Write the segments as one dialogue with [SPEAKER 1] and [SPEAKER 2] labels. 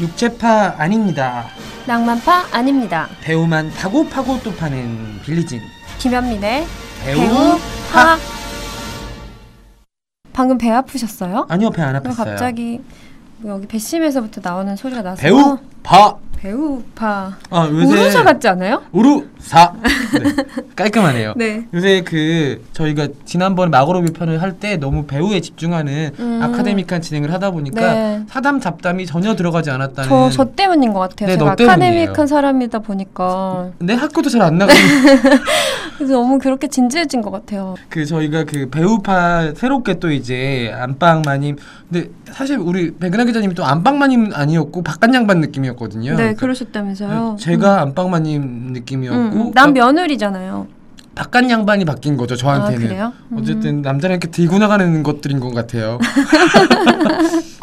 [SPEAKER 1] 육체파 아닙니다.
[SPEAKER 2] 낭만파 아닙니다.
[SPEAKER 1] 배우만 파고 파고 또 파는 빌리진.
[SPEAKER 2] 김현민의
[SPEAKER 1] 배우,
[SPEAKER 2] 파. 방금 배 아프셨어요?
[SPEAKER 1] 아니요, 배 안
[SPEAKER 2] 그리고
[SPEAKER 1] 아팠어요.
[SPEAKER 2] 갑자기 뭐 여기 배심에서부터 나오는 소리가 나서
[SPEAKER 1] 배우 파.
[SPEAKER 2] 배우파
[SPEAKER 1] 아, 요새
[SPEAKER 2] 우르샤 같지 않아요?
[SPEAKER 1] 우루사. 네, 깔끔하네요.
[SPEAKER 2] 네.
[SPEAKER 1] 요새 그 저희가 지난번에 마고로비 편을 할 때 너무 배우에 집중하는
[SPEAKER 2] 음.
[SPEAKER 1] 아카데믹한 진행을 하다 보니까
[SPEAKER 2] 네.
[SPEAKER 1] 사담 잡담이 전혀 들어가지 않았다는
[SPEAKER 2] 저, 저 때문인 것 같아요.
[SPEAKER 1] 네,
[SPEAKER 2] 제가
[SPEAKER 1] 너 때문이에요.
[SPEAKER 2] 아카데믹한 사람이다 보니까
[SPEAKER 1] 내 학교도 잘 안 나가고
[SPEAKER 2] 그래서 너무 그렇게 진지해진 것 같아요.
[SPEAKER 1] 그 저희가 그 배우파 새롭게 또 이제 안방마님 근데 사실 우리 백은하 기자님이 또 안방마님 아니었고 바깥양반 느낌이었거든요.
[SPEAKER 2] 네,
[SPEAKER 1] 그러니까
[SPEAKER 2] 그러셨다면서요.
[SPEAKER 1] 제가 안방마님 느낌이었고
[SPEAKER 2] 음, 음. 난 며느리잖아요.
[SPEAKER 1] 바깥양반이 바뀐 거죠 저한테는.
[SPEAKER 2] 아 그래요? 음.
[SPEAKER 1] 어쨌든 남자를 이렇게 들고 나가는 것들인 것 같아요.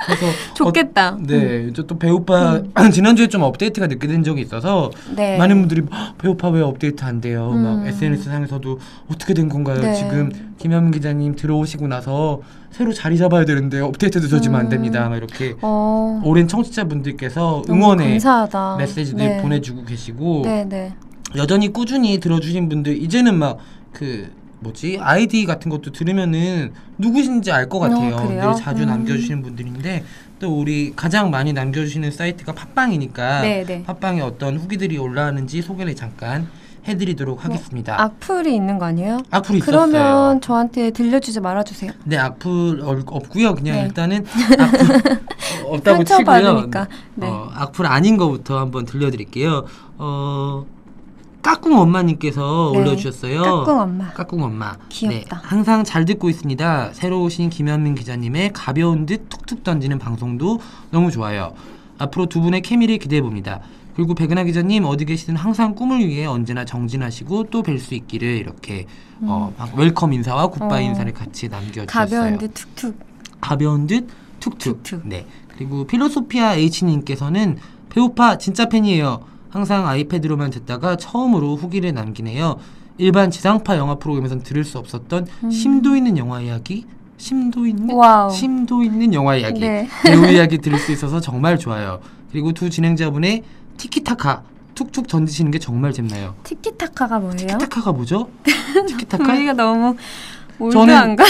[SPEAKER 1] 그래서
[SPEAKER 2] 음. 좋겠다. 음.
[SPEAKER 1] 어, 네, 이제 또 배우파 지난주에 좀 업데이트가 늦게 된 적이 있어서
[SPEAKER 2] 네.
[SPEAKER 1] 많은 분들이 "헉, 배우파 왜 업데이트 안 돼요?
[SPEAKER 2] 음.
[SPEAKER 1] 막 SNS 상에서도 어떻게 된 건가요?
[SPEAKER 2] 네.
[SPEAKER 1] 지금 김현민 기자님 들어오시고 나서 새로 자리 잡아야 되는데 업데이트 늦어지면
[SPEAKER 2] 음.
[SPEAKER 1] 안 됩니다. 막 이렇게
[SPEAKER 2] 어,
[SPEAKER 1] 오랜 청취자분들께서
[SPEAKER 2] 너무
[SPEAKER 1] 응원의
[SPEAKER 2] 감사하다.
[SPEAKER 1] 메시지들 보내주고 계시고
[SPEAKER 2] 네, 네.
[SPEAKER 1] 여전히 꾸준히 들어주신 분들 이제는 막 그 뭐지 아이디 같은 것도 들으면은 누구신지 알 것 같아요.
[SPEAKER 2] 어, 그래요?
[SPEAKER 1] 늘 자주
[SPEAKER 2] 음.
[SPEAKER 1] 남겨주시는 분들인데 또 우리 가장 많이 남겨주시는 사이트가 팟빵이니까
[SPEAKER 2] 네, 네.
[SPEAKER 1] 팟빵에 어떤 후기들이 올라왔는지 소개를 잠깐 해드리도록 하겠습니다.
[SPEAKER 2] 악플이 있는 거 아니에요?
[SPEAKER 1] 악플이 아. 있었어요.
[SPEAKER 2] 뭐, 아, 그러면 저한테 들려주지 말아주세요.
[SPEAKER 1] 네 악플 얼- 없고요. 그냥
[SPEAKER 2] 네.
[SPEAKER 1] 일단은 악플 어, 없다고
[SPEAKER 2] 상처
[SPEAKER 1] 치고요.
[SPEAKER 2] 받으니까. 네.
[SPEAKER 1] 어, 악플 아닌 거부터 한번 들려드릴게요. 어, 까꿍 엄마님께서
[SPEAKER 2] 네.
[SPEAKER 1] 올려주셨어요.
[SPEAKER 2] 까꿍 엄마.
[SPEAKER 1] 까꿍 엄마.
[SPEAKER 2] 귀엽다.
[SPEAKER 1] 네, 항상 잘 듣고 있습니다. 새로 오신 김현민 기자님의 가벼운 듯 툭툭 던지는 방송도 너무 좋아요. 앞으로 두 분의 케미를 기대해 봅니다. 그리고 백은하 기자님 어디 계시든 항상 꿈을 위해 언제나 정진하시고 또 뵐 수 있기를 이렇게 어, 막 웰컴 인사와 굿바이
[SPEAKER 2] 음. 어.
[SPEAKER 1] 인사를 같이 남겨주셨어요.
[SPEAKER 2] 가벼운 데 툭툭.
[SPEAKER 1] 가벼운 듯 툭툭.
[SPEAKER 2] 툭툭.
[SPEAKER 1] 네. 그리고 필로소피아 H님께서는 배우파 진짜 팬이에요. 항상 아이패드로만 듣다가 처음으로 후기를 남기네요. 일반 지상파 영화 프로그램에선 들을 수 없었던 심도 있는 영화 이야기, 심도 있는
[SPEAKER 2] 음. 와우.
[SPEAKER 1] 심도 있는 영화 이야기,
[SPEAKER 2] 네.
[SPEAKER 1] 배우 이야기 들을 수 있어서 정말 좋아요. 그리고 두 진행자분의 티키타카 툭툭 던지시는 게 정말 재밌나요.
[SPEAKER 2] 티키타카가 뭐예요?
[SPEAKER 1] 티키타카가 뭐죠? 티키타카?
[SPEAKER 2] 우리가 너무
[SPEAKER 1] 저는-
[SPEAKER 2] 올드한가?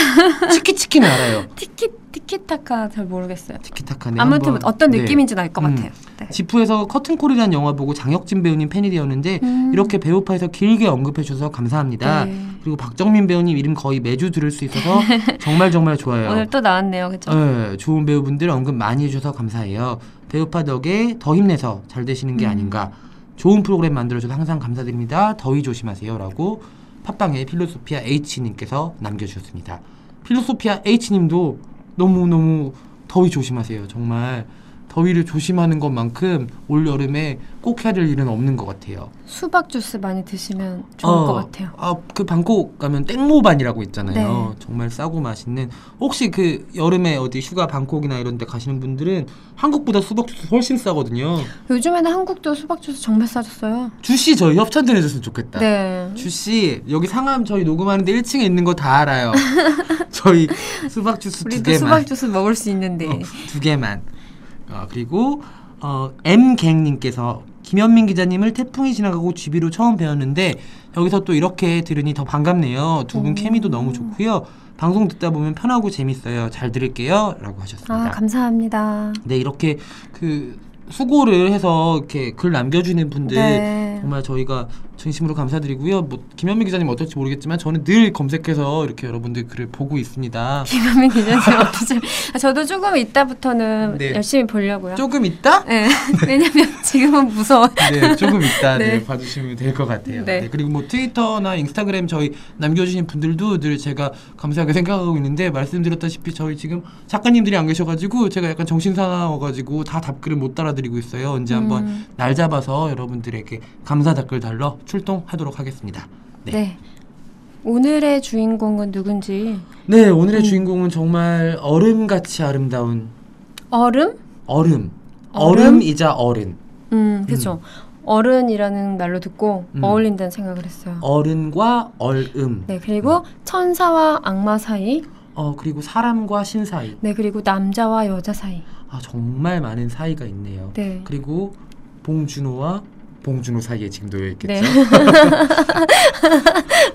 [SPEAKER 1] 치키치키는 알아요.
[SPEAKER 2] 티키 티키타카 잘 모르겠어요.
[SPEAKER 1] 티키타카네.
[SPEAKER 2] 아무튼
[SPEAKER 1] 한번-
[SPEAKER 2] 어떤
[SPEAKER 1] 네.
[SPEAKER 2] 느낌인지는 알 것
[SPEAKER 1] 음.
[SPEAKER 2] 같아요. 네.
[SPEAKER 1] 지프에서 커튼콜이라는 영화 보고 장혁진 배우님 팬이 되었는데
[SPEAKER 2] 음.
[SPEAKER 1] 이렇게 배우파에서 길게 언급해 주셔서 감사합니다.
[SPEAKER 2] 네.
[SPEAKER 1] 그리고 박정민 배우님 이름 거의 매주 들을 수 있어서 정말 정말 좋아요.
[SPEAKER 2] 오늘 또 나왔네요, 그렇죠?
[SPEAKER 1] 네, 좋은 배우분들 언급 많이 해주셔서 감사해요. 배우파 덕에 더 힘내서 잘 되시는
[SPEAKER 2] 음.
[SPEAKER 1] 게 아닌가. 좋은 프로그램 만들어줘서 항상 감사드립니다. 더위 조심하세요라고 팟빵에 필로소피아 H님께서 남겨주셨습니다. 필로소피아 H님도 너무 너무 더위 조심하세요. 정말 더위를 조심하는 것만큼 올 여름에 꼭 해야 될 일은 없는 것 같아요.
[SPEAKER 2] 수박 주스 많이 드시면 좋을
[SPEAKER 1] 어,
[SPEAKER 2] 것 같아요.
[SPEAKER 1] 아, 그 방콕 가면 땡모반이라고 있잖아요.
[SPEAKER 2] 네.
[SPEAKER 1] 정말 싸고 맛있는. 혹시 그 여름에 어디 휴가 방콕이나 이런 데 가시는 분들은 한국보다 수박주스 훨씬 싸거든요.
[SPEAKER 2] 요즘에는 한국도 수박 주스 정말 싸졌어요.
[SPEAKER 1] 주씨 저희 협찬 좀 해줬으면 좋겠다.
[SPEAKER 2] 네.
[SPEAKER 1] 주씨 여기 상암 저희 녹음하는데 1층에 있는 거 다 알아요. 저희 수박주스 두
[SPEAKER 2] 우리도
[SPEAKER 1] 개만.
[SPEAKER 2] 수박 주스 먹을 수 있는데.
[SPEAKER 1] 어, 두 개만. 어, 그리고 어, M갱님께서 김현민 기자님을 태풍이 지나가고 GB로 처음 배웠는데 여기서 또 이렇게 들으니 더 반갑네요. 두 분
[SPEAKER 2] 오.
[SPEAKER 1] 케미도 너무 좋고요. 방송 듣다 보면 편하고 재밌어요. 잘 들을게요. 라고 하셨습니다.
[SPEAKER 2] 아, 감사합니다.
[SPEAKER 1] 네, 이렇게 그 수고를 해서 이렇게 글 남겨주는 분들
[SPEAKER 2] 네.
[SPEAKER 1] 정말 저희가 진심으로 감사드리고요. 뭐 김현민 기자님 어떨지 모르겠지만 저는 늘 검색해서 이렇게 여러분들 글을 보고 있습니다.
[SPEAKER 2] 김현민 기자님 어떠세요? 아, 저도 조금 이따부터는
[SPEAKER 1] 네.
[SPEAKER 2] 열심히 보려고요.
[SPEAKER 1] 조금 있다?
[SPEAKER 2] 네. 왜냐면 지금은 무서워.
[SPEAKER 1] 네, 조금 이따
[SPEAKER 2] 네.
[SPEAKER 1] 네. 봐주시면 될 것 같아요.
[SPEAKER 2] 네.
[SPEAKER 1] 네. 그리고 뭐 트위터나 인스타그램 저희 남겨주신 분들도 늘 제가 감사하게 생각하고 있는데 말씀드렸다시피 저희 지금 작가님들이 안 계셔가지고 제가 약간 정신 사나워가지고 다 답글을 못 달아드리고 있어요. 언제 한번
[SPEAKER 2] 음.
[SPEAKER 1] 날 잡아서 여러분들에게 감사 답글 달러 출동하도록 하겠습니다.
[SPEAKER 2] 네.
[SPEAKER 1] 네.
[SPEAKER 2] 오늘의 주인공은 누군지
[SPEAKER 1] 네,
[SPEAKER 2] 음.
[SPEAKER 1] 오늘의 주인공은 정말 얼음같이 아름다운
[SPEAKER 2] 얼음?
[SPEAKER 1] 얼음.
[SPEAKER 2] 얼음?
[SPEAKER 1] 얼음이자 어른.
[SPEAKER 2] 음, 그렇죠. 어른이라는 말로 듣고
[SPEAKER 1] 음.
[SPEAKER 2] 어울린다는 생각을 했어요.
[SPEAKER 1] 어른과 얼음.
[SPEAKER 2] 네, 그리고 천사와 악마 사이,
[SPEAKER 1] 어, 그리고 사람과 신 사이.
[SPEAKER 2] 네, 그리고 남자와 여자 사이.
[SPEAKER 1] 아 정말 많은 사이가 있네요.
[SPEAKER 2] 네.
[SPEAKER 1] 그리고 봉준호와 봉준호 사이에 지금 놓여 있겠죠.
[SPEAKER 2] 네.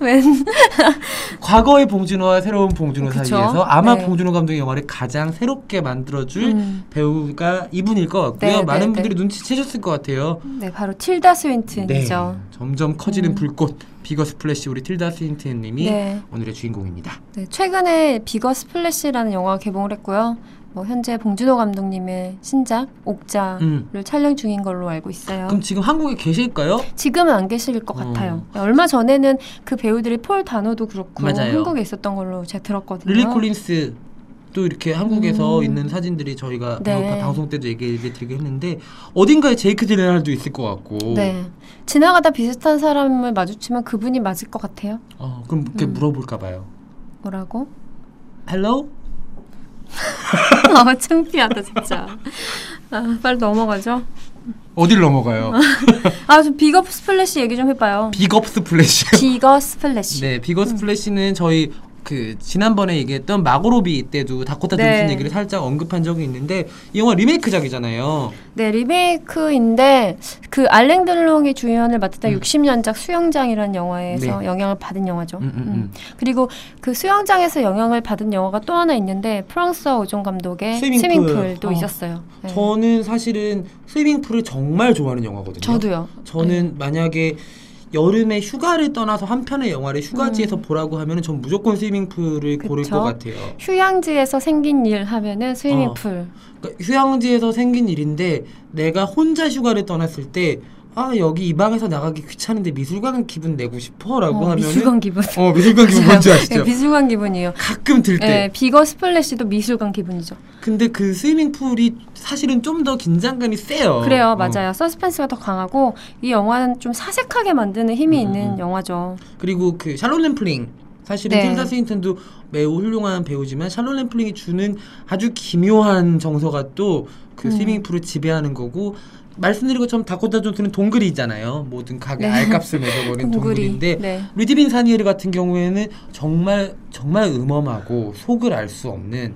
[SPEAKER 2] 웬?
[SPEAKER 1] 과거의 봉준호와 새로운 봉준호
[SPEAKER 2] 어, 그쵸?
[SPEAKER 1] 사이에서 아마
[SPEAKER 2] 네.
[SPEAKER 1] 봉준호 감독의 영화를 가장 새롭게 만들어줄
[SPEAKER 2] 음,
[SPEAKER 1] 배우가 이분일 것 같고요.
[SPEAKER 2] 네,
[SPEAKER 1] 많은
[SPEAKER 2] 네,
[SPEAKER 1] 분들이 눈치채셨을 것 같아요. 네.
[SPEAKER 2] 네, 바로 틸다 스윈튼이죠.
[SPEAKER 1] 점점 커지는
[SPEAKER 2] 음.
[SPEAKER 1] 불꽃 비거 스플래시 우리 틸다 스윈튼님이
[SPEAKER 2] 네.
[SPEAKER 1] 오늘의 주인공입니다.
[SPEAKER 2] 네, 최근에 비거 스플래시라는 영화 개봉을 했고요. 뭐 현재 봉준호 감독님의 신작 옥자를
[SPEAKER 1] 음.
[SPEAKER 2] 촬영 중인 걸로 알고 있어요.
[SPEAKER 1] 그럼 지금 한국에 계실까요?
[SPEAKER 2] 지금은 안 계실 것
[SPEAKER 1] 어.
[SPEAKER 2] 같아요. 얼마 전에는 그 배우들이 폴 다노도 그렇고
[SPEAKER 1] 맞아요.
[SPEAKER 2] 한국에 있었던 걸로 제가 들었거든요.
[SPEAKER 1] 릴리 콜린스 또 이렇게 한국에서
[SPEAKER 2] 음.
[SPEAKER 1] 있는 사진들이 저희가
[SPEAKER 2] 네.
[SPEAKER 1] 배고파 방송 때도 얘기해 드리고 했는데 어딘가에 제이크 딜레날도 있을 것 같고
[SPEAKER 2] 네. 지나가다 비슷한 사람을 마주치면 그분이 맞을 것 같아요.
[SPEAKER 1] 어, 그럼 이렇게
[SPEAKER 2] 음.
[SPEAKER 1] 물어볼까 봐요.
[SPEAKER 2] 뭐라고?
[SPEAKER 1] Hello?
[SPEAKER 2] 아, 창피하다 진짜. 아, 빨리 넘어가죠.
[SPEAKER 1] 어딜 넘어가요?
[SPEAKER 2] 아, 저 비거 스플래시 얘기 좀 해봐요.
[SPEAKER 1] 빅업 스플래시.
[SPEAKER 2] 비거 스플래시.
[SPEAKER 1] 네, 비거 스플래시는 저희 그 지난번에 얘기했던 마고로비 때도 다코타
[SPEAKER 2] 네.
[SPEAKER 1] 존슨 얘기를 살짝 언급한 적이 있는데 이 영화 리메이크작이잖아요.
[SPEAKER 2] 네, 리메이크인데 그 알랭 델롱이 주연을 맡았던
[SPEAKER 1] 음.
[SPEAKER 2] 60년작 수영장이라는 영화에서
[SPEAKER 1] 네.
[SPEAKER 2] 영향을 받은 영화죠.
[SPEAKER 1] 음, 음, 음.
[SPEAKER 2] 음. 그리고 그 수영장에서 영향을 받은 영화가 또 하나 있는데 프랑스와 오존 감독의
[SPEAKER 1] 스위밍풀.
[SPEAKER 2] 스위밍풀. 도
[SPEAKER 1] 어.
[SPEAKER 2] 있었어요. 네.
[SPEAKER 1] 저는 사실은 스위밍풀을 정말 좋아하는 영화거든요.
[SPEAKER 2] 저도요. 네.
[SPEAKER 1] 저는 만약에 여름에 휴가를 떠나서 한 편의 영화를 휴가지에서 보라고 하면은 전 무조건 스위밍풀을 고를
[SPEAKER 2] 음. 그쵸?
[SPEAKER 1] 것 같아요.
[SPEAKER 2] 휴양지에서 생긴 일 하면은 스위밍풀.
[SPEAKER 1] 그러니까 휴양지에서 생긴 일인데 내가 혼자 휴가를 떠났을 때 아, 여기 이 방에서 나가기 귀찮은데 미술관 기분 내고 싶어라고
[SPEAKER 2] 어,
[SPEAKER 1] 아, 하면은
[SPEAKER 2] 미술관 기분.
[SPEAKER 1] 어, 미술관 기분 뭔지
[SPEAKER 2] 네,
[SPEAKER 1] 아시죠?
[SPEAKER 2] 미술관 기분이에요.
[SPEAKER 1] 가끔 들 때.
[SPEAKER 2] 네, 비거 스플래시도 미술관 기분이죠.
[SPEAKER 1] 근데 그 스위밍풀이 사실은 좀 더 긴장감이 세요.
[SPEAKER 2] 그래요,
[SPEAKER 1] 어.
[SPEAKER 2] 맞아요. 서스펜스가 더 강하고 이 영화는 좀 사색하게 만드는 힘이
[SPEAKER 1] 음,
[SPEAKER 2] 있는
[SPEAKER 1] 음.
[SPEAKER 2] 영화죠.
[SPEAKER 1] 그리고 그 샬롯 램플링 사실은
[SPEAKER 2] 네.
[SPEAKER 1] 틸다 스윈턴도 매우 훌륭한 배우지만 샬롯 램플링이 주는 아주 기묘한 정서가 또 그
[SPEAKER 2] 음.
[SPEAKER 1] 스위밍풀을 지배하는 거고 말씀드린 것처럼 다코타 존스는 동글이잖아요 모든 가게
[SPEAKER 2] 네.
[SPEAKER 1] 알값을 매겨버린 동글인데
[SPEAKER 2] 네.
[SPEAKER 1] 루디빈 사니에르 같은 경우에는 정말 정말 음험하고 속을 알 수 없는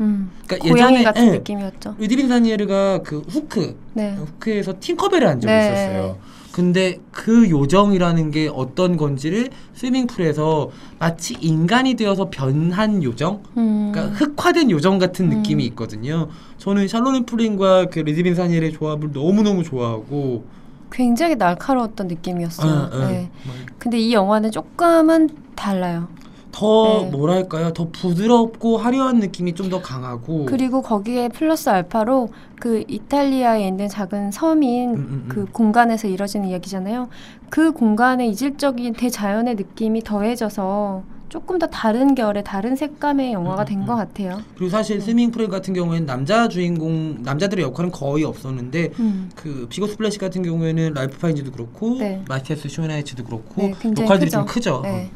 [SPEAKER 2] 음,
[SPEAKER 1] 그러니까
[SPEAKER 2] 고양이
[SPEAKER 1] 예전에
[SPEAKER 2] 같은
[SPEAKER 1] 예,
[SPEAKER 2] 느낌이었죠.
[SPEAKER 1] 루디빈 사니에르가 그 후크
[SPEAKER 2] 네.
[SPEAKER 1] 후크에서 팅커벨을 한 적이
[SPEAKER 2] 네.
[SPEAKER 1] 있었어요. 근데 그 요정이라는 게 어떤 건지를 스위밍풀에서 마치 인간이 되어서 변한 요정?
[SPEAKER 2] 음.
[SPEAKER 1] 그러니까 흑화된 요정 같은
[SPEAKER 2] 음.
[SPEAKER 1] 느낌이 있거든요. 저는 샬로니 프린과 그 리즈빈 사니엘의 조합을 너무너무 좋아하고
[SPEAKER 2] 굉장히 날카로웠던 느낌이었어요.
[SPEAKER 1] 예, 예.
[SPEAKER 2] 네.
[SPEAKER 1] 뭐
[SPEAKER 2] 근데 이 영화는 조금은 달라요.
[SPEAKER 1] 더
[SPEAKER 2] 네.
[SPEAKER 1] 뭐랄까요? 더 부드럽고 화려한 느낌이 좀 더 강하고
[SPEAKER 2] 그리고 거기에 플러스 알파로 그 이탈리아에 있는 작은 섬인
[SPEAKER 1] 음, 음, 음.
[SPEAKER 2] 그 공간에서 이뤄지는 이야기잖아요. 그 공간의 이질적인 대자연의 느낌이 더해져서 조금 더 다른 결의 다른 색감의 영화가
[SPEAKER 1] 음,
[SPEAKER 2] 된
[SPEAKER 1] 음.
[SPEAKER 2] 것 같아요.
[SPEAKER 1] 그리고 사실 스위밍풀 같은 경우에는 남자 주인공 남자들의 역할은 거의 없었는데
[SPEAKER 2] 음.
[SPEAKER 1] 그 비거 스플래시 같은 경우에는 랄프 파인즈도 그렇고
[SPEAKER 2] 네.
[SPEAKER 1] 마티아스 쇼나이츠도 그렇고
[SPEAKER 2] 네, 굉장히
[SPEAKER 1] 역할들이
[SPEAKER 2] 크죠.
[SPEAKER 1] 좀 크죠.
[SPEAKER 2] 네.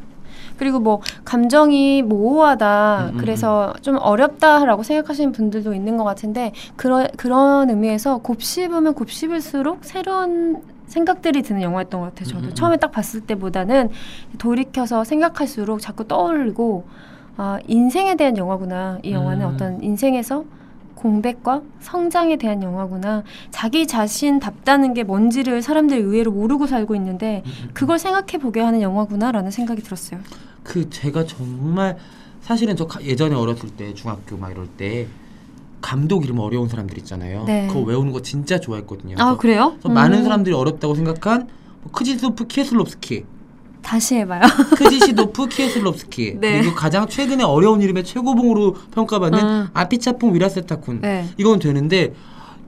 [SPEAKER 2] 그리고 뭐 감정이 모호하다,
[SPEAKER 1] 음, 음,
[SPEAKER 2] 그래서 좀 어렵다라고 생각하시는 분들도 있는 것 같은데 그런 그런 의미에서 곱씹으면 곱씹을수록 새로운 생각들이 드는 영화였던 것 같아요. 저도
[SPEAKER 1] 음, 음,
[SPEAKER 2] 처음에 딱 봤을 때보다는 돌이켜서 생각할수록 자꾸 떠올리고 아 인생에 대한 영화구나. 이 영화는
[SPEAKER 1] 음.
[SPEAKER 2] 어떤 인생에서 공백과 성장에 대한 영화구나. 자기 자신 답다는 게 뭔지를 사람들이 의외로 모르고 살고 있는데
[SPEAKER 1] 음, 음.
[SPEAKER 2] 그걸 생각해 보게 하는 영화구나라는 생각이 들었어요.
[SPEAKER 1] 그 제가 정말 사실은 저 가- 예전에 어렸을 때 중학교 막 이럴 때 감독 이름 어려운 사람들 있잖아요.
[SPEAKER 2] 네.
[SPEAKER 1] 그거 외우는 거 진짜 좋아했거든요. 그래서
[SPEAKER 2] 아 그래요?
[SPEAKER 1] 그래서 예, 많은
[SPEAKER 2] 음.
[SPEAKER 1] 사람들이 어렵다고 생각한 뭐 크지소프 키에슬롭스키,
[SPEAKER 2] 다시 해봐요.
[SPEAKER 1] 크지시도프 키에슬롭스키
[SPEAKER 2] 네.
[SPEAKER 1] 그리고 가장 최근에 어려운 이름의 최고봉으로 평가받는
[SPEAKER 2] 음.
[SPEAKER 1] 아피차폰 위라세타쿤
[SPEAKER 2] 네.
[SPEAKER 1] 이건 되는데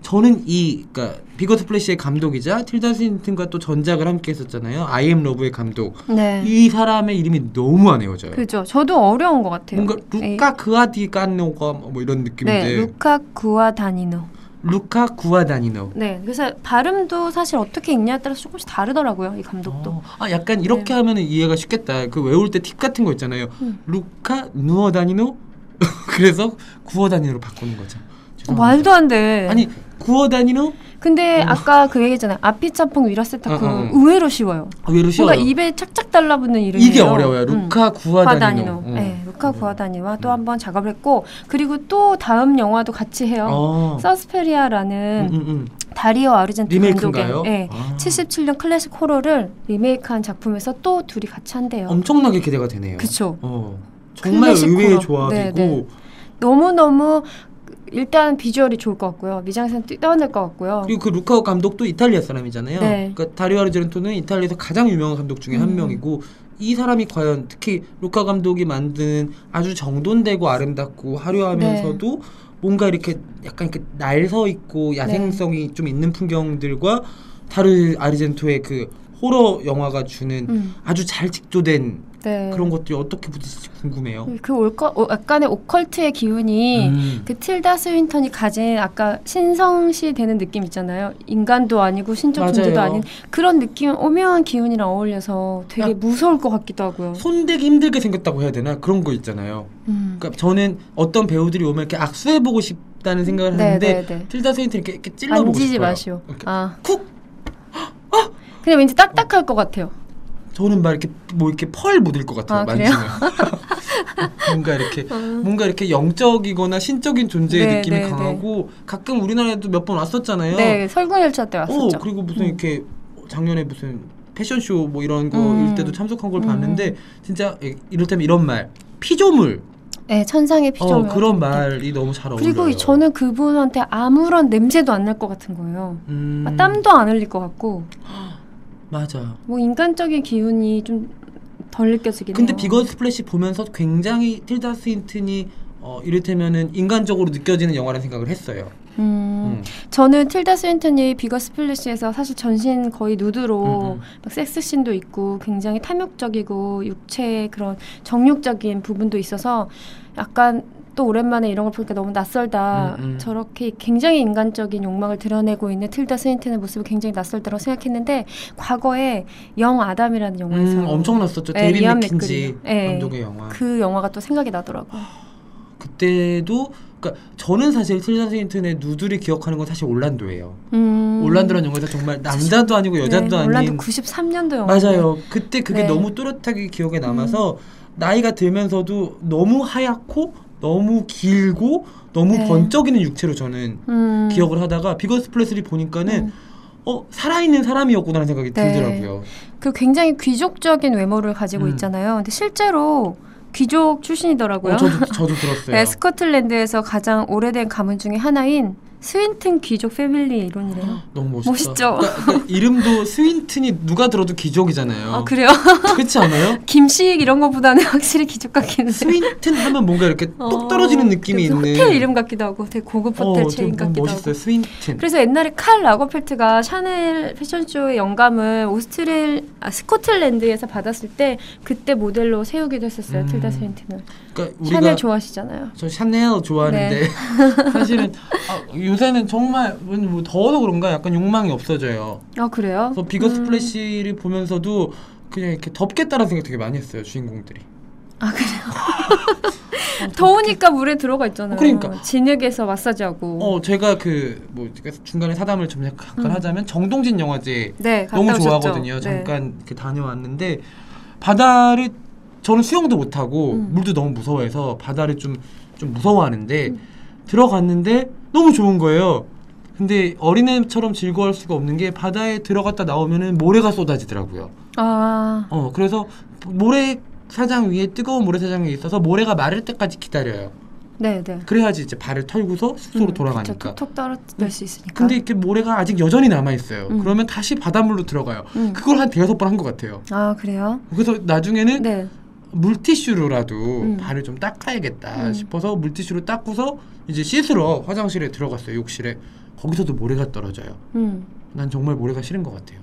[SPEAKER 1] 저는 이 그러니까 비거 스플래시의 감독이자 틸다 스윈튼과 또 전작을 함께 했었잖아요. 아이 엠 러브의 감독.
[SPEAKER 2] 네. 그렇죠.
[SPEAKER 1] 이 사람의 이름이 너무 안 외워져요.
[SPEAKER 2] 그죠. 저도 어려운 것 같아요.
[SPEAKER 1] 뭔가 루카 그아디 까노가 뭐 이런 느낌인데
[SPEAKER 2] 네, 루카 구아 다니노.
[SPEAKER 1] 루카 구아다니노.
[SPEAKER 2] 네, 그래서 발음도 사실 어떻게 읽냐에 따라서 조금씩 다르더라고요. 이 감독도.
[SPEAKER 1] 어, 아 약간 이렇게 하면 이해가 쉽겠다. 그 외울 때 팁 같은 거 있잖아요.
[SPEAKER 2] 네. 음.
[SPEAKER 1] 루카 누어다니노. 그래서 구어다니노로 바꾸는 거죠.
[SPEAKER 2] 어,
[SPEAKER 1] 죄송합니다.
[SPEAKER 2] 말도 안 돼.
[SPEAKER 1] 아. 아니 구어다니노
[SPEAKER 2] 근데
[SPEAKER 1] 어.
[SPEAKER 2] 아까 그 얘기했잖아요. 아피차퐁 위라세타쿠
[SPEAKER 1] 어, 어, 어.
[SPEAKER 2] 의외로 쉬워요.
[SPEAKER 1] 아, 외로 쉬워요.
[SPEAKER 2] 뭔가 입에 착착 달라붙는 이름이에요.
[SPEAKER 1] 이게 어려워요. 루카
[SPEAKER 2] 음.
[SPEAKER 1] 구아다니노.
[SPEAKER 2] 구아다니노.
[SPEAKER 1] 어.
[SPEAKER 2] 네, 루카
[SPEAKER 1] 네.
[SPEAKER 2] 구하다니와
[SPEAKER 1] 음.
[SPEAKER 2] 또 한 번 작업을 했고 그리고 또 다음 영화도 같이 해요.
[SPEAKER 1] 어.
[SPEAKER 2] 서스페리아라는
[SPEAKER 1] 음, 음, 음.
[SPEAKER 2] 다리오 아르젠티
[SPEAKER 1] 리메이크인가요?
[SPEAKER 2] 그 감독의 네,
[SPEAKER 1] 아.
[SPEAKER 2] 77년 클래식 호러를 리메이크한 작품에서 또 둘이 같이 한대요.
[SPEAKER 1] 엄청나게 기대가 되네요.
[SPEAKER 2] 그쵸.
[SPEAKER 1] 어. 정말
[SPEAKER 2] 클래식
[SPEAKER 1] 의외의
[SPEAKER 2] 코너.
[SPEAKER 1] 조합이고
[SPEAKER 2] 네, 네. 너무너무 일단 비주얼이 좋을 것 같고요. 미장센 뛰어날 것 같고요.
[SPEAKER 1] 그리고 그 루카 감독도 이탈리아 사람이잖아요.
[SPEAKER 2] 네.
[SPEAKER 1] 그러니까 다리오 아르젠토는 이탈리아에서 가장 유명한 감독 중에 한
[SPEAKER 2] 음.
[SPEAKER 1] 명이고 이 사람이 과연 특히 루카 감독이 만든 아주 정돈되고 아름답고 화려하면서도
[SPEAKER 2] 네.
[SPEAKER 1] 뭔가 이렇게 약간 이렇게 날서 있고 야생성이
[SPEAKER 2] 네.
[SPEAKER 1] 좀 있는 풍경들과 다른 아르젠토의 그 호러 영화가 주는
[SPEAKER 2] 음,
[SPEAKER 1] 아주 잘 직조된
[SPEAKER 2] 네.
[SPEAKER 1] 그런 것들이 어떻게 부딪힐지 궁금해요.
[SPEAKER 2] 그 올거, 어, 약간의 오컬트의 기운이
[SPEAKER 1] 음.
[SPEAKER 2] 그 tilda 스윈턴이 가진 아까 신성시 되는 느낌 있잖아요. 인간도 아니고 신적 존재도
[SPEAKER 1] 맞아요.
[SPEAKER 2] 아닌 그런 느낌 오묘한 기운이랑 어울려서 되게
[SPEAKER 1] 야.
[SPEAKER 2] 무서울 것 같기도 하고요.
[SPEAKER 1] 손대기 힘들게 생겼다고 해야 되나 그런 거 있잖아요.
[SPEAKER 2] 음.
[SPEAKER 1] 그러니까 저는 어떤 배우들이 오면 이렇게 악수해 보고 싶다는 생각을
[SPEAKER 2] 네,
[SPEAKER 1] 하는데
[SPEAKER 2] 네, 네.
[SPEAKER 1] 틸다 스윈트 이렇게, 이렇게 찔러보고
[SPEAKER 2] 만지지
[SPEAKER 1] 싶어요.
[SPEAKER 2] 마시오.
[SPEAKER 1] 이렇게
[SPEAKER 2] 아,
[SPEAKER 1] 쿡
[SPEAKER 2] 근데 왠지 딱딱할 것 같아요.
[SPEAKER 1] 저는 막 이렇게 뭐 이렇게 펄 묻을 것 같아요.
[SPEAKER 2] 아, 그래요? 음.
[SPEAKER 1] 만지면 뭔가 이렇게 뭔가 이렇게 영적이거나 신적인 존재의
[SPEAKER 2] 네,
[SPEAKER 1] 느낌이
[SPEAKER 2] 네, 네.
[SPEAKER 1] 강하고 가끔 우리나라에도 몇 번 왔었잖아요.
[SPEAKER 2] 네, 설국열차 때 왔었죠.
[SPEAKER 1] 어 그리고 무슨
[SPEAKER 2] 음.
[SPEAKER 1] 이렇게 작년에 무슨 패션쇼 뭐 이런 거일
[SPEAKER 2] 음.
[SPEAKER 1] 때도 참석한 걸
[SPEAKER 2] 음.
[SPEAKER 1] 봤는데 진짜 이- 이를테면 이런 말 피조물,
[SPEAKER 2] 네, 천상의
[SPEAKER 1] 어, 네.
[SPEAKER 2] 피조물.
[SPEAKER 1] 그런 말이 너무 잘 어울려요.
[SPEAKER 2] 그리고 이- 저는 그분한테 아무런 냄새도 안 날 것 같은 거예요.
[SPEAKER 1] 음,
[SPEAKER 2] 막 땀도 안 흘릴 것 같고
[SPEAKER 1] 맞아.
[SPEAKER 2] 뭐 인간적인 기운이 좀 덜 느껴지긴
[SPEAKER 1] 근데
[SPEAKER 2] 해요.
[SPEAKER 1] 비건 스플래시 보면서 굉장히 틸다 스윈튼이 어, 이를테면은 인간적으로 느껴지는 영화라는 생각을 했어요.
[SPEAKER 2] 음,
[SPEAKER 1] 음.
[SPEAKER 2] 저는 틸다 스윈턴이 비거 스플래시에서 사실 전신 거의 누드로
[SPEAKER 1] 음, 음.
[SPEAKER 2] 막 섹스씬도 있고 굉장히 탐욕적이고 육체의 그런 정욕적인 부분도 있어서 약간 또 오랜만에 이런 걸 보니까 너무 낯설다.
[SPEAKER 1] 음, 음.
[SPEAKER 2] 저렇게 굉장히 인간적인 욕망을 드러내고 있는 틸다 스윈턴의 모습이 굉장히 낯설다고 생각했는데 과거에 영 아담이라는 영화에서
[SPEAKER 1] 음, 엄청났었죠.
[SPEAKER 2] 네,
[SPEAKER 1] 데이비
[SPEAKER 2] 이안
[SPEAKER 1] 맥킨지
[SPEAKER 2] 맥그리. 네.
[SPEAKER 1] 감독의 영화. 그...
[SPEAKER 2] 그 영화가 또 생각이 나더라고.
[SPEAKER 1] 때도 그러니까 저는 사실 틸다 스윈튼의 누드를 기억하는 건 사실 올란도예요.
[SPEAKER 2] 음.
[SPEAKER 1] 올란도라는 영화에서 정말 남자도 아니고 여자도
[SPEAKER 2] 네,
[SPEAKER 1] 아닌
[SPEAKER 2] 올란도 93년도 영화.
[SPEAKER 1] 맞아요. 그때 그게
[SPEAKER 2] 네. 음.
[SPEAKER 1] 너무 또렷하게 기억에 남아서 나이가 들면서도 너무 하얗고 너무 길고 너무
[SPEAKER 2] 네.
[SPEAKER 1] 번쩍이는 육체로 저는
[SPEAKER 2] 음.
[SPEAKER 1] 기억을 하다가 비건 스플래시를 보니까는
[SPEAKER 2] 음.
[SPEAKER 1] 어 살아있는 사람이었구나라는 생각이
[SPEAKER 2] 네.
[SPEAKER 1] 들더라고요. 어,
[SPEAKER 2] 그 굉장히 귀족적인 외모를 가지고
[SPEAKER 1] 음.
[SPEAKER 2] 있잖아요. 근데 실제로 귀족 출신이더라고요.
[SPEAKER 1] 어, 저도 저도 들었어요.
[SPEAKER 2] 네, 스코틀랜드에서 가장 오래된 가문 중에 하나인 스윈튼 귀족 패밀리 이론이래요.
[SPEAKER 1] 너무 멋있다.
[SPEAKER 2] 멋있죠?
[SPEAKER 1] 그러니까- 그러니까 이름도 스윈튼이 누가 들어도 기적이잖아요.
[SPEAKER 2] 아 그래요?
[SPEAKER 1] 그렇지 않아요?
[SPEAKER 2] 김씨익 이런 것보다는 확실히 귀족 같긴 해요.
[SPEAKER 1] 스윈튼 하면 뭔가 이렇게 똑 떨어지는
[SPEAKER 2] 네. 어,
[SPEAKER 1] 느낌이
[SPEAKER 2] 그래서
[SPEAKER 1] 있는
[SPEAKER 2] 호텔 이름 같기도 하고 되게 고급 호텔
[SPEAKER 1] 어,
[SPEAKER 2] 체인
[SPEAKER 1] 좀 너무
[SPEAKER 2] 같기도
[SPEAKER 1] 멋있어요.
[SPEAKER 2] 하고.
[SPEAKER 1] 스윈튼.
[SPEAKER 2] 그래서 옛날에 칼 라거펠트가 샤넬 패션쇼의 영감을 오스트레일 아, 스코틀랜드에서 받았을 때 그때 모델로 세우기도 했었어요.
[SPEAKER 1] 음.
[SPEAKER 2] 틸다 스윈튼을.
[SPEAKER 1] 그러니까 우리가
[SPEAKER 2] 네, 샤넬 좋아하시잖아요. 네.
[SPEAKER 1] 저 샤넬 좋아하는데 사실은 아, 요새는 정말 왠지 뭐 더워서 그런가 약간 욕망이 없어져요.
[SPEAKER 2] 아 그래요?
[SPEAKER 1] 그래서 비거
[SPEAKER 2] 음.
[SPEAKER 1] 스플래시를 보면서도 그냥 이렇게 덥겠다라는 생각 되게 많이 했어요 주인공들이.
[SPEAKER 2] 아 그래요? 더우니까 물에 들어가 있잖아요.
[SPEAKER 1] 어, 그러니까.
[SPEAKER 2] 진흙에서 마사지하고.
[SPEAKER 1] 어 제가 그 뭐 중간에 사담을 좀 약간
[SPEAKER 2] 음.
[SPEAKER 1] 하자면 정동진 영화제
[SPEAKER 2] 네, 갔다
[SPEAKER 1] 너무
[SPEAKER 2] 오셨죠?
[SPEAKER 1] 좋아하거든요.
[SPEAKER 2] 네.
[SPEAKER 1] 잠깐 이렇게 다녀왔는데 바다를 저는 수영도 못하고
[SPEAKER 2] 음.
[SPEAKER 1] 물도 너무 무서워해서 바다를 좀 좀 무서워하는데
[SPEAKER 2] 음.
[SPEAKER 1] 들어갔는데 너무 좋은 거예요. 근데 어린애처럼 즐거워할 수가 없는 게 바다에 들어갔다 나오면은 모래가 쏟아지더라고요.
[SPEAKER 2] 아,
[SPEAKER 1] 어 그래서 모래 사장 위에 뜨거운 모래 사장이 있어서 모래가 마를 때까지 기다려요.
[SPEAKER 2] 네, 네.
[SPEAKER 1] 그래야지 이제 발을 털고서 숙소로 돌아가니까.
[SPEAKER 2] 음,
[SPEAKER 1] 음.
[SPEAKER 2] 그쵸, 톡톡 떨어질 수 있으니까.
[SPEAKER 1] 근데 이렇게 모래가 아직 여전히 남아 있어요.
[SPEAKER 2] 음.
[SPEAKER 1] 그러면 다시 바닷물로 들어가요.
[SPEAKER 2] 음.
[SPEAKER 1] 그걸 한 대여섯 번 한 것 같아요.
[SPEAKER 2] 아 그래요?
[SPEAKER 1] 그래서 나중에는
[SPEAKER 2] 네.
[SPEAKER 1] 물티슈로라도
[SPEAKER 2] 음.
[SPEAKER 1] 발을 좀 닦아야겠다
[SPEAKER 2] 음.
[SPEAKER 1] 싶어서 물티슈로 닦고서 이제 씻으러 화장실에 들어갔어요. 욕실에. 거기서도 모래가 떨어져요.
[SPEAKER 2] 음.
[SPEAKER 1] 난 정말 모래가 싫은 것 같아요.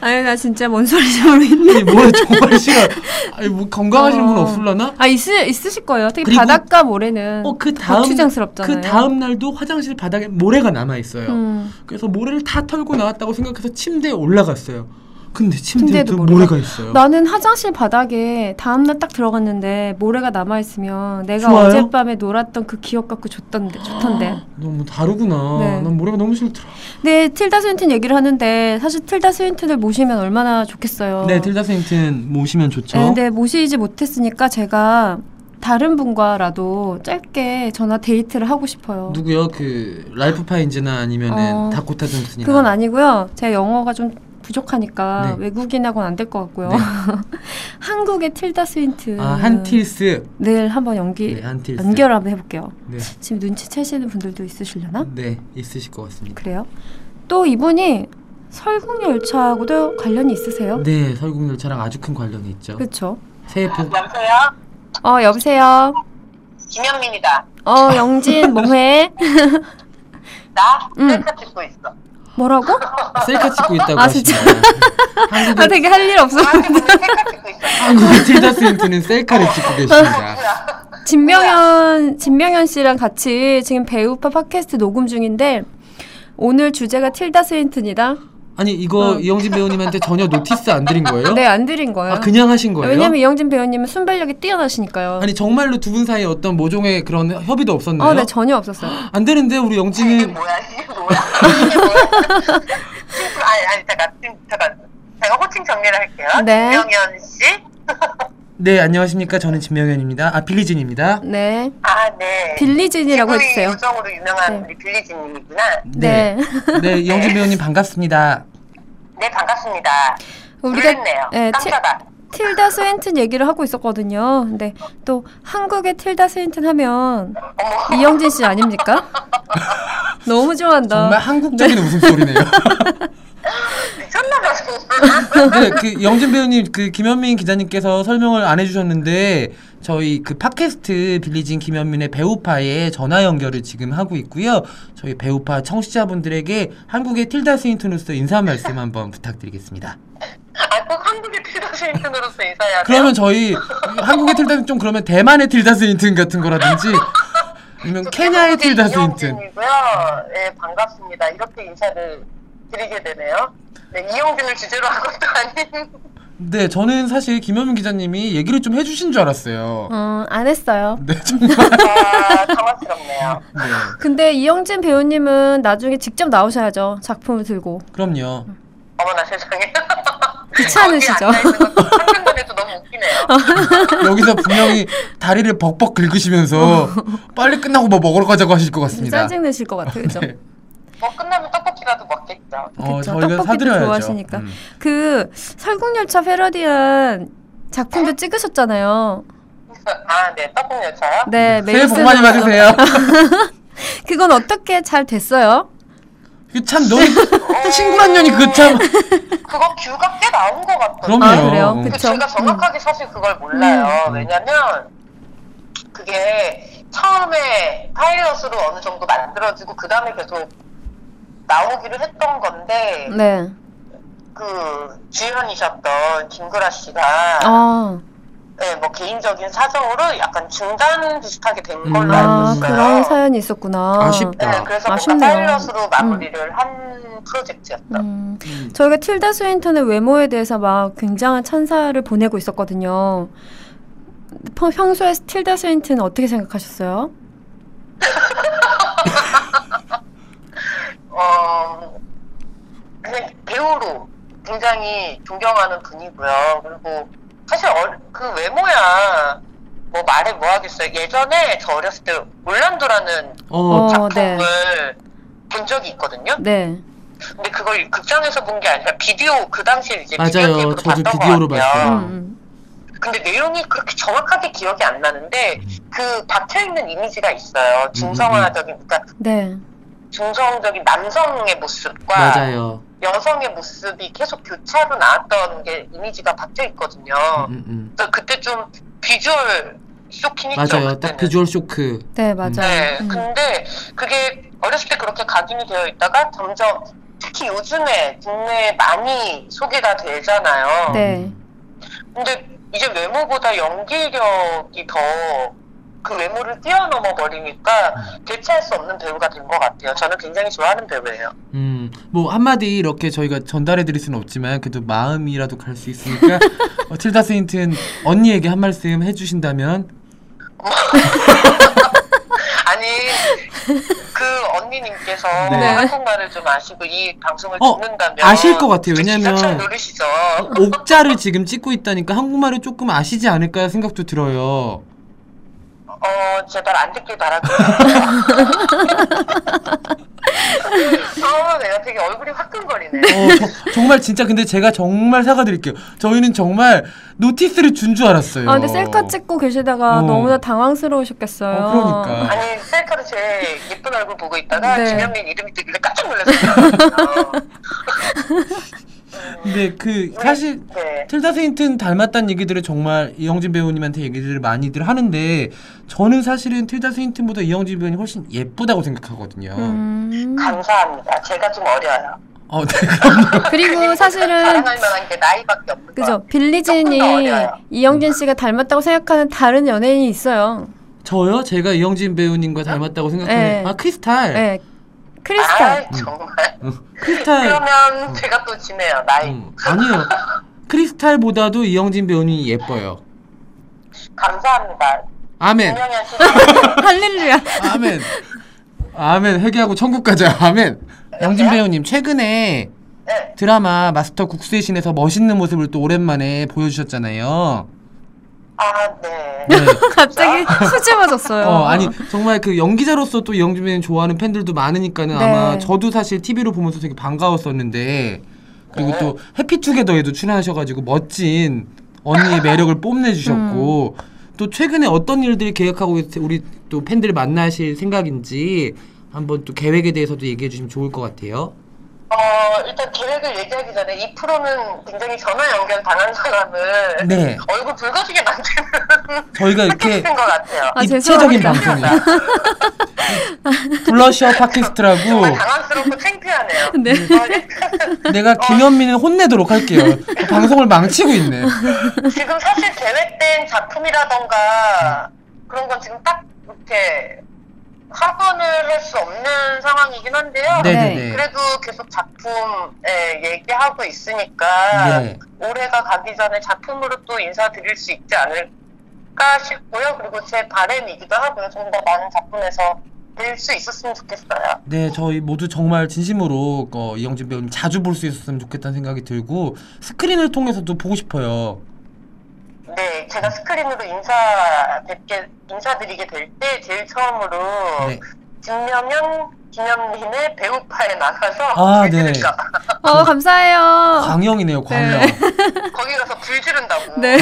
[SPEAKER 2] 아니 나 진짜 뭔 소리인지 모르겠네.
[SPEAKER 1] 아니 모래 정말 싫어. 아니 뭐 건강하신 분
[SPEAKER 2] 어.
[SPEAKER 1] 없을라나?
[SPEAKER 2] 아 있으 있으실 거예요. 특히
[SPEAKER 1] 그리고-
[SPEAKER 2] 바닷가 모래는
[SPEAKER 1] 어 그 다음
[SPEAKER 2] 고추장스럽잖아요.
[SPEAKER 1] 그 다음 날도 화장실 바닥에 모래가 남아 있어요.
[SPEAKER 2] 음.
[SPEAKER 1] 그래서 모래를 다 털고 나왔다고 생각해서 침대에 올라갔어요. 근데 침대에도
[SPEAKER 2] 침대에도
[SPEAKER 1] 모래가 있어요.
[SPEAKER 2] 나는 화장실 바닥에 다음날 딱 들어갔는데 모래가 남아있으면 내가
[SPEAKER 1] 좋아요?
[SPEAKER 2] 어젯밤에 놀았던 그 기억 갖고 좋던데, 좋던데.
[SPEAKER 1] 너무 다르구나.
[SPEAKER 2] 네.
[SPEAKER 1] 난 모래가 너무 싫더라.
[SPEAKER 2] 네, 틀다 스윈튼 얘기를 하는데 사실 틀다 스윈튼을 모시면 얼마나 좋겠어요.
[SPEAKER 1] 네, 틸다 스윈튼 모시면 좋죠.
[SPEAKER 2] 네, 근데 모시지 못했으니까 제가 다른 분과라도 짧게 전화 데이트를 하고 싶어요.
[SPEAKER 1] 누구요? 그 랄프 파인즈나 아니면은
[SPEAKER 2] 어,
[SPEAKER 1] 다코타 존슨이나.
[SPEAKER 2] 그건 아니고요. 제가 영어가 좀 부족하니까
[SPEAKER 1] 네.
[SPEAKER 2] 외국인하고는 안 될 것 같고요.
[SPEAKER 1] 네.
[SPEAKER 2] 한국의 틀다 스윈튼
[SPEAKER 1] 아, 한틸스.
[SPEAKER 2] 늘 한번 연기
[SPEAKER 1] 네, 한틸스.
[SPEAKER 2] 연결 한번 해볼게요.
[SPEAKER 1] 네.
[SPEAKER 2] 지금 눈치채시는 분들도 있으시려나?
[SPEAKER 1] 네, 있으실 것 같습니다.
[SPEAKER 2] 그래요? 또 이분이 설국열차하고도 관련이 있으세요?
[SPEAKER 1] 네, 설국열차랑 아주 큰 관련이 있죠.
[SPEAKER 2] 그렇죠.
[SPEAKER 1] 새해 복
[SPEAKER 3] 여보세요?
[SPEAKER 2] 어 여보세요.
[SPEAKER 3] 김현민이다.
[SPEAKER 2] 어 영진 뭐해?
[SPEAKER 3] 나
[SPEAKER 2] 음.
[SPEAKER 3] 셀카 찍고 있어.
[SPEAKER 2] 뭐라고?
[SPEAKER 1] 셀카 찍고 있다고
[SPEAKER 2] 아, 진짜?
[SPEAKER 1] 아, 하시네요.
[SPEAKER 2] 아 되게 할 일 없어.
[SPEAKER 3] 저한테 보면 셀카 찍고 있어.
[SPEAKER 1] 한국의 틸다 스윈튼은 셀카를 찍고 계십니다.
[SPEAKER 2] 진명현 진명현 씨랑 같이 지금 배우파 팟캐스트 녹음 중인데 오늘 주제가 틸다 스윈튼이다.
[SPEAKER 1] 아니 이거
[SPEAKER 2] 어.
[SPEAKER 1] 이영진 배우님한테 전혀 노티스 안 드린 거예요?
[SPEAKER 2] 네 안 드린 거예요.
[SPEAKER 1] 아 그냥 하신 거예요?
[SPEAKER 2] 왜냐면 이영진 배우님은 순발력이 뛰어나시니까요.
[SPEAKER 1] 아니 정말로 두 분 사이에 어떤 모종의 그런 협의도 없었네요.
[SPEAKER 2] 어, 네 전혀 없었어요.
[SPEAKER 1] 안 되는데 우리
[SPEAKER 2] 음.
[SPEAKER 3] 이게
[SPEAKER 1] 영진은
[SPEAKER 3] 뭐야? 이게 뭐야? 이게 뭐야? 지금- 아니, 아니, 잠깐, 지금, 잠깐. 제가 호칭 정리를 할게요.
[SPEAKER 2] 네.
[SPEAKER 3] 김영현 씨.
[SPEAKER 1] 네 안녕하십니까 저는 진명현입니다. 아 빌리진입니다.
[SPEAKER 2] 네
[SPEAKER 3] 아, 네.
[SPEAKER 2] 빌리진이라고
[SPEAKER 3] 지구의
[SPEAKER 2] 해주세요.
[SPEAKER 3] 요정으로 유명한
[SPEAKER 2] 네.
[SPEAKER 3] 우리 빌리진님이구나.
[SPEAKER 1] 네. 네 영진 배우님 반갑습니다.
[SPEAKER 3] 네, 반갑습니다.
[SPEAKER 2] 우리가
[SPEAKER 3] 놀랐네요.
[SPEAKER 2] 네,
[SPEAKER 3] 깜짝아.
[SPEAKER 2] 틸다 스윈튼 얘기를 하고 있었거든요. 근데 또 한국의 틸다 스윈튼 하면 이영진 씨 아닙니까? 너무 좋아한다.
[SPEAKER 1] 정말 한국적인 어. 웃음소리네요.
[SPEAKER 3] 미쳤나봐, 정말.
[SPEAKER 1] 네, 그 영진 배우님 그 김현민 기자님께서 설명을 안 해주셨는데 저희 그 팟캐스트 빌리진 김현민의 배우파에 전화 연결을 지금 하고 있고요. 저희 배우파 청취자분들에게 한국의 틸다 스윈튼으로서 인사 말씀 한번 부탁드리겠습니다.
[SPEAKER 3] 아, 꼭 한국의 피다시인으로서 인사해야 돼요?
[SPEAKER 1] 그러면 저희 한국의 틸다스 좀 그러면 대만의 틸다스 인튼 같은 거라든지 아니면 케냐의 틸다스 인튼
[SPEAKER 3] 이용진이고요. 네, 반갑습니다. 이렇게 인사를 드리게 되네요. 네, 이용진을 주제로 한 것도 아닌.
[SPEAKER 1] 네 저는 사실 김현민 기자님이 얘기를 좀 해주신 줄 알았어요
[SPEAKER 2] 어, 안 했어요.
[SPEAKER 1] 네 정말
[SPEAKER 3] 아, 당황스럽네요.
[SPEAKER 1] 네
[SPEAKER 2] 근데 이영진 배우님은 나중에 직접 나오셔야죠. 작품을 들고.
[SPEAKER 1] 그럼요
[SPEAKER 3] 어머나 세상에.
[SPEAKER 2] 귀찮으시죠?
[SPEAKER 3] 어디 앉아 있는 것도 생각만 해도 너무 웃기네요.
[SPEAKER 1] 여기서 분명히 다리를 벅벅 긁으시면서 빨리 끝나고 뭐 먹으러 가자고 하실 것 같습니다
[SPEAKER 2] 짜증 내실 것 같아요. 그죠?
[SPEAKER 1] 네.
[SPEAKER 3] 뭐 끝나면 떡볶이라도 먹겠죠.
[SPEAKER 1] 어
[SPEAKER 2] 그쵸,
[SPEAKER 1] 저희가
[SPEAKER 2] 떡볶이도
[SPEAKER 1] 사드려야죠
[SPEAKER 2] 좋아하시니까.
[SPEAKER 1] 음.
[SPEAKER 2] 그 설국열차 패러디한 작품도 찍으셨잖아요.
[SPEAKER 3] 아, 네, 떡국 열차요?
[SPEAKER 2] 네,
[SPEAKER 1] 새해
[SPEAKER 2] 어.
[SPEAKER 1] 복
[SPEAKER 2] 메이슨
[SPEAKER 1] 많이
[SPEAKER 2] 선수.
[SPEAKER 1] 받으세요
[SPEAKER 2] 그건 어떻게 잘 됐어요?
[SPEAKER 1] 그 참 너무 친구란 년이 그참
[SPEAKER 2] 네.
[SPEAKER 3] 그거 뷰가 꽤 나온 것 같아요.
[SPEAKER 1] 그럼요
[SPEAKER 2] 아, 그래요?
[SPEAKER 1] 음.
[SPEAKER 3] 그
[SPEAKER 2] 그쵸?
[SPEAKER 3] 제가 정확하게 사실 그걸 몰라요.
[SPEAKER 1] 음.
[SPEAKER 3] 왜냐면 그게 처음에 파일럿으로 어느 정도 만들어지고 그 다음에 계속 나오기로 했던 건데
[SPEAKER 2] 네.
[SPEAKER 3] 그 주연이셨던 김구라 씨가
[SPEAKER 2] 아,
[SPEAKER 3] 네, 뭐 개인적인 사정으로 약간 중단 비슷하게 된
[SPEAKER 1] 음.
[SPEAKER 3] 걸로 알고
[SPEAKER 2] 아
[SPEAKER 3] 있어요.
[SPEAKER 2] 그런 사연이 있었구나.
[SPEAKER 1] 아쉽다.
[SPEAKER 3] 네, 그래서 뭔가
[SPEAKER 2] 아쉽네요.
[SPEAKER 3] 파일럿으로 마무리를 한 프로젝트였다.
[SPEAKER 2] 음,
[SPEAKER 1] 음.
[SPEAKER 2] 저희가 틸다 스윈턴의 외모에 대해서 막 굉장한 찬사를 보내고 있었거든요. 평- 평소에 틸다 스윈턴 어떻게 생각하셨어요?
[SPEAKER 3] 어, 그냥 배우로 굉장히 존경하는 분이고요. 그리고 사실 어, 그 외모야 뭐 말해 뭐 하겠어요. 예전에 저 어렸을 때 올란도라는
[SPEAKER 1] 어,
[SPEAKER 2] 어, 네.
[SPEAKER 3] 작품을 본 적이 있거든요.
[SPEAKER 2] 네.
[SPEAKER 3] 근데 그걸 극장에서 본 게 아니라 비디오 그 당시에 이제
[SPEAKER 1] 맞아요.
[SPEAKER 3] 비디오 테이프로
[SPEAKER 1] 저도
[SPEAKER 3] 봤던
[SPEAKER 1] 비디오로
[SPEAKER 3] 것 같아요.
[SPEAKER 1] 봤어요.
[SPEAKER 2] 음,
[SPEAKER 3] 근데 내용이 그렇게 정확하게 기억이 안 나는데
[SPEAKER 1] 음.
[SPEAKER 3] 그 박혀 있는 이미지가 있어요. 중성화적인 그러니까
[SPEAKER 2] 음. 네.
[SPEAKER 3] 중성적인 남성의 모습과
[SPEAKER 1] 맞아요
[SPEAKER 3] 여성의 모습이 계속 교차로 나왔던 게 이미지가 박혀 있거든요.
[SPEAKER 1] 음, 음.
[SPEAKER 3] 그래서 그때 좀 비주얼 쇼킹했죠.
[SPEAKER 1] 맞아요
[SPEAKER 3] 음. 그때는.
[SPEAKER 1] 딱 비주얼 쇼크
[SPEAKER 2] 네, 맞아요.
[SPEAKER 3] 네.
[SPEAKER 2] 음.
[SPEAKER 3] 근데 그게 어렸을 때 그렇게 각인이 되어 있다가 점점 특히 요즘에 국내에 많이 소개가 되잖아요.
[SPEAKER 2] 네.
[SPEAKER 3] 근데 이제 외모보다 연기력이 더 그 외모를
[SPEAKER 1] 음.
[SPEAKER 3] 뛰어넘어 버리니까 대체할 수 없는 배우가 된 것 같아요. 저는 굉장히 좋아하는 배우예요.
[SPEAKER 1] 음, 뭐 한마디 이렇게 저희가 전달해 드릴 수는 없지만 그래도 마음이라도 갈 수 있으니까 어, 틸다 스윈튼 언니에게 한 말씀 해주신다면
[SPEAKER 3] 아니 그 언니님께서
[SPEAKER 1] 네.
[SPEAKER 3] 한국말을 좀 아시고 이 방송을
[SPEAKER 1] 어,
[SPEAKER 3] 듣는다면
[SPEAKER 1] 아실 것 같아요. 왜냐면-
[SPEAKER 3] 기사철 노리시죠.
[SPEAKER 1] 아, 옥자를 지금 찍고 있다니까 한국말을 조금 아시지 않을까 생각도 들어요.
[SPEAKER 3] 어 제발 안 듣길 바라고요. 아 내가 되게 얼굴이 화끈거리네.
[SPEAKER 1] 어, 저- 정말 진짜 근데 제가 정말 사과드릴게요. 저희는 정말 노티스를 준 줄 알았어요.
[SPEAKER 2] 아 근데 셀카 찍고 계시다가
[SPEAKER 1] 어.
[SPEAKER 2] 너무나 당황스러우셨겠어요.
[SPEAKER 1] 어, 그러니까.
[SPEAKER 3] 아니 셀카로 제 예쁜 얼굴 보고 있다가
[SPEAKER 2] 네.
[SPEAKER 3] 김현민 이름이 뜨길래 깜짝 놀랐어요.
[SPEAKER 1] 근데 그 사실
[SPEAKER 3] 네.
[SPEAKER 1] 틸다 스윈튼 닮았다는 얘기들을 정말 이영진 배우님한테 얘기들을 많이들 하는데 저는 사실은 틸다 스윈튼보다 이영진 배우님 훨씬 예쁘다고 생각하거든요.
[SPEAKER 2] 음.
[SPEAKER 3] 감사합니다. 제가 좀 어려요.
[SPEAKER 1] 어, 네, 그럼요.
[SPEAKER 2] 그리고 사실은
[SPEAKER 3] 자랑할 만한 게 나이밖에 없는 거.
[SPEAKER 2] 그죠 빌리진이
[SPEAKER 3] 조금 더 어려요.
[SPEAKER 2] 이영진 씨가 닮았다고 생각하는 다른 연예인이 있어요.
[SPEAKER 1] 저요? 제가 이영진 배우님과 닮았다고 생각하는
[SPEAKER 2] 네.
[SPEAKER 1] 아 크리스탈.
[SPEAKER 2] 네, 크리스탈.
[SPEAKER 3] 아 정말.
[SPEAKER 1] 크리스탈.
[SPEAKER 3] 그러면 제가 또 지네요 나이.
[SPEAKER 1] 음, 아니요. 크리스탈보다도 이영진 배우님이 예뻐요.
[SPEAKER 3] 감사합니다.
[SPEAKER 1] 아멘.
[SPEAKER 3] 김영현 씨
[SPEAKER 2] 할렐루야.
[SPEAKER 1] 아멘. 아멘. 회개하고 천국 가자. 아멘. 영진 배우님 최근에
[SPEAKER 3] 네.
[SPEAKER 1] 드라마 마스터 국수의 신에서 멋있는 모습을 또 오랜만에 보여주셨잖아요.
[SPEAKER 3] 아 네.
[SPEAKER 1] 네.
[SPEAKER 2] 갑자기 수줍어졌어요.
[SPEAKER 1] 어, 아니 정말 그 연기자로서 또 이영진 배우님 좋아하는 팬들도 많으니까는 아마
[SPEAKER 2] 네.
[SPEAKER 1] 저도 사실 TV로 보면서 되게 반가웠었는데
[SPEAKER 2] 네.
[SPEAKER 1] 그리고 또 해피투게더에도 출연하셔가지고 멋진 언니의 매력을 뽐내주셨고
[SPEAKER 2] 음.
[SPEAKER 1] 또 최근에 어떤 일들이 계획하고 있- 우리 또 팬들을 만나실 생각인지 한번 또 계획에 대해서도 얘기해 주시면 좋을 것 같아요.
[SPEAKER 3] 어 일단 계획을 얘기하기 전에 이 프로는 굉장히 전화 연결 당한 사람을
[SPEAKER 1] 네.
[SPEAKER 3] 얼굴 붉어지게 만드는
[SPEAKER 1] 저희가 이렇게
[SPEAKER 3] 팟캐스트인 것 같아요.
[SPEAKER 2] 아,
[SPEAKER 1] 입체적인
[SPEAKER 2] 죄송합니다.
[SPEAKER 1] 방송이야. 블러셔 팟캐스트라고
[SPEAKER 3] 정말 당황스럽고 창피하네요.
[SPEAKER 2] 네.
[SPEAKER 1] 음.
[SPEAKER 3] 어, 일단
[SPEAKER 1] 내가 김현민을 혼내도록 할게요. 방송을 망치고 있네.
[SPEAKER 3] 지금 사실 계획된 작품이라던가 그런 건 지금 딱 이렇게 확언을 할 수 없는 상황이긴 한데요.
[SPEAKER 1] 네네네.
[SPEAKER 3] 그래도 계속 작품에 얘기하고 있으니까
[SPEAKER 1] 네.
[SPEAKER 3] 올해가 가기 전에 작품으로 또 인사드릴 수 있지 않을까 싶고요. 그리고 제 바램이기도 하고요. 좀 더 많은 작품에서 뵐 수 있었으면 좋겠어요.
[SPEAKER 1] 네, 저희 모두 정말 진심으로 어, 이영진 배우님 자주 볼 수 있었으면 좋겠다는 생각이 들고 스크린을 통해서도 보고 싶어요.
[SPEAKER 3] 네, 제가 스크린으로 인사 뵙게, 인사드리게 될 때 제일 처음으로
[SPEAKER 1] 네.
[SPEAKER 3] 김명현 김현민의 배우파에 나가서
[SPEAKER 1] 아,
[SPEAKER 3] 불
[SPEAKER 1] 네.
[SPEAKER 3] 지를까 봐.
[SPEAKER 2] 어 감사해요.
[SPEAKER 1] 광영이네요, 광영.
[SPEAKER 3] 거기 가서 불 지른다고.
[SPEAKER 2] 네.